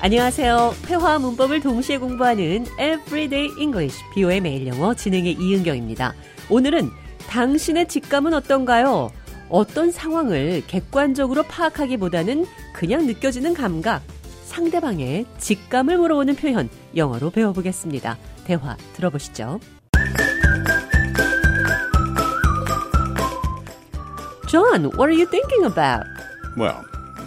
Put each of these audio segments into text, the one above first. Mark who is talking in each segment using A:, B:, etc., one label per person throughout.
A: 안녕하세요. 회화와 문법을 동시에 공부하는 Everyday English, 비오의 매일 영어 진행의 이은경입니다. 오늘은 당신의 직감은 어떤가요? 어떤 상황을 객관적으로 파악하기보다는 그냥 느껴지는 감각, 상대방의 직감을 물어보는 표현, 영어로 배워보겠습니다. 대화 들어보시죠. John, what are you thinking about?
B: Well,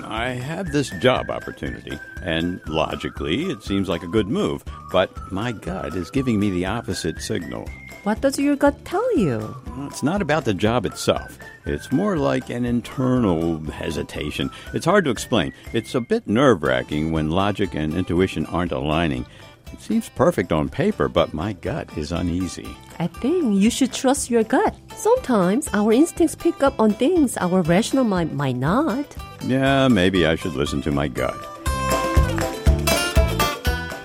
B: I have this job opportunity, and logically, it seems like a good move, but my gut is giving me the opposite signal.
A: What does your gut tell you?
B: It's not about the job itself. It's more like an internal hesitation. It's hard to explain. It's a bit nerve wracking when logic and intuition aren't aligning. It seems perfect on paper, but my gut is uneasy.
A: I think you should trust your gut. Sometimes our instincts pick up on things our rational mind might not.
B: Yeah, maybe I should listen to my gut.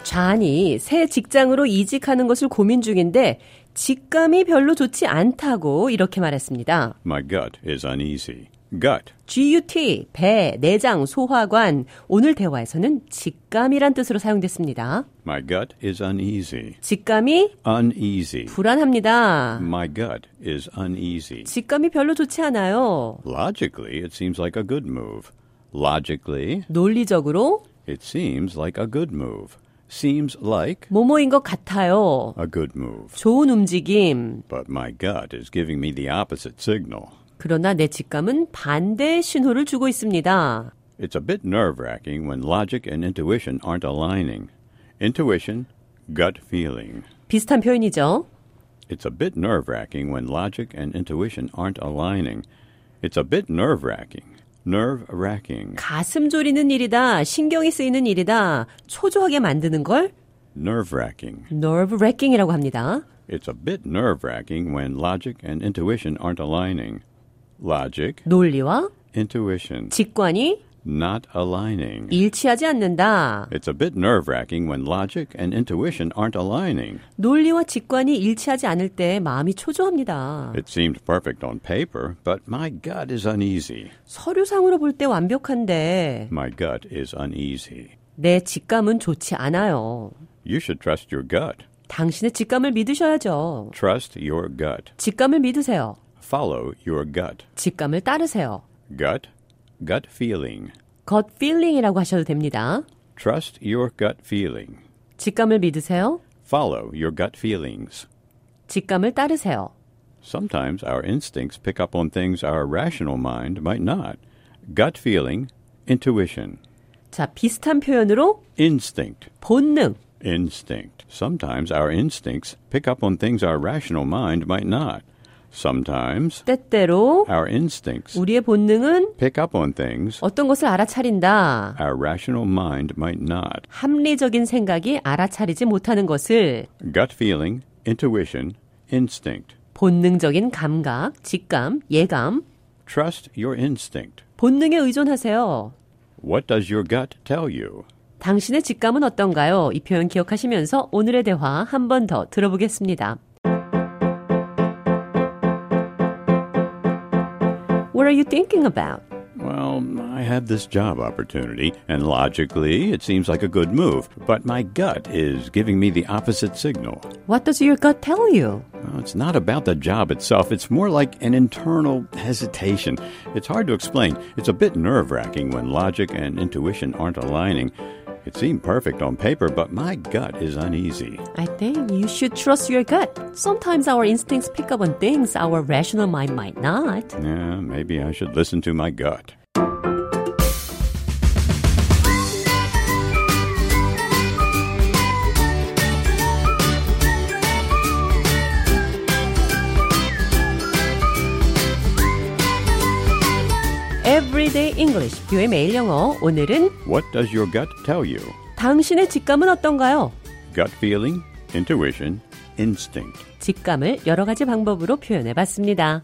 A: 잔이 새 직장으로 이직하는 것을 고민 중인데 직감이 별로 좋지 않다고 이렇게 말했습니다.
B: My gut is uneasy. Gut.
A: GUT, 배, 내장, 소화관. 오늘 대화에서는 직감이란 뜻으로 사용됐습니다.
B: My gut is uneasy.
A: 직감이
B: Uneasy.
A: 불안합니다.
B: My gut is uneasy.
A: 직감이 별로 좋지 않아요.
B: Logically, it seems like a good move. Logically,
A: 논리적으로
B: it seems like a good move. Seems like
A: 뭐뭐인 것 같아요.
B: a good move.
A: 좋은 움직임.
B: But my gut is giving me the opposite signal.
A: 그러나 내 직감은 반대의 신호를 주고 있습니다.
B: It's a bit nerve wracking when logic and intuition aren't aligning. Intuition, gut feeling.
A: 비슷한 표현이죠.
B: It's a bit nerve wracking when logic and intuition aren't aligning. It's a bit nerve wracking. Nerve wracking.
A: 가슴 졸이는 일이다. 신경이 쓰이는 일이다. 초조하게 만드는 걸
B: Nerve wracking.
A: nerve wracking이라고 합니다.
B: It's a bit nerve wracking when logic and intuition aren't aligning. Logic,
A: 논리와
B: intuition,
A: 직관이
B: not aligning.
A: 일치하지 않는다.
B: It's a bit nerve wracking when logic and intuition aren't aligning.
A: 논리와 직관이 일치하지 않을 때 마음이 초조합니다.
B: It seemed perfect on paper, but my gut is uneasy.
A: 서류상으로 볼 때 완벽한데
B: My gut is uneasy.
A: 내 직감은 좋지 않아요.
B: You should trust your gut.
A: 당신의 직감을 믿으셔야죠.
B: Trust your gut.
A: 직감을 믿으세요.
B: Follow your gut.
A: 직감을 따르세요.
B: Gut, gut feeling.
A: gut feeling이라고 하셔도 됩니다.
B: Trust your gut feeling.
A: 직감을 믿으세요.
B: Follow your gut feelings.
A: 직감을 따르세요.
B: Sometimes our instincts pick up on things our rational mind might not. Gut feeling, intuition,
A: 자, 비슷한 표현으로
B: instinct,
A: 본능,
B: instinct. Sometimes our instincts pick up on things our rational mind might not. Sometimes
A: 때때로
B: our instincts
A: 우리의 본능은
B: pick up on things
A: 어떤 것을 알아차린다.
B: our rational mind might not.
A: 합리적인 생각이 알아차리지 못하는 것을
B: Gut feeling, intuition, instinct.
A: 본능적인 감각, 직감, 예감,
B: Trust your instinct.
A: 본능에 의존하세요.
B: What does your gut tell you?
A: 당신의 직감은 어떤가요? 이 표현 기억하시면서 오늘의 대화 한 번 더 들어보겠습니다. What are you thinking about?
B: Well, I have this job opportunity, and logically, it seems like a good move, but my gut is giving me the opposite signal.
A: What does your gut tell you?
B: Well, It's not about the job itself, it's more like an internal hesitation. It's hard to explain. It's a bit nerve wracking when logic and intuition aren't aligning. It seemed perfect on paper, but my gut is uneasy.
A: I think you should trust your gut. Sometimes our instincts pick up on things our rational mind might not.
B: Yeah, maybe I should listen to my gut.
A: Everyday English, 뷰의 매일 영어. 오늘은
B: What does your gut tell you?
A: 당신의 직감은 어떤가요?
B: Gut feeling, intuition, instinct.
A: 직감을 여러 가지 방법으로 표현해 봤습니다.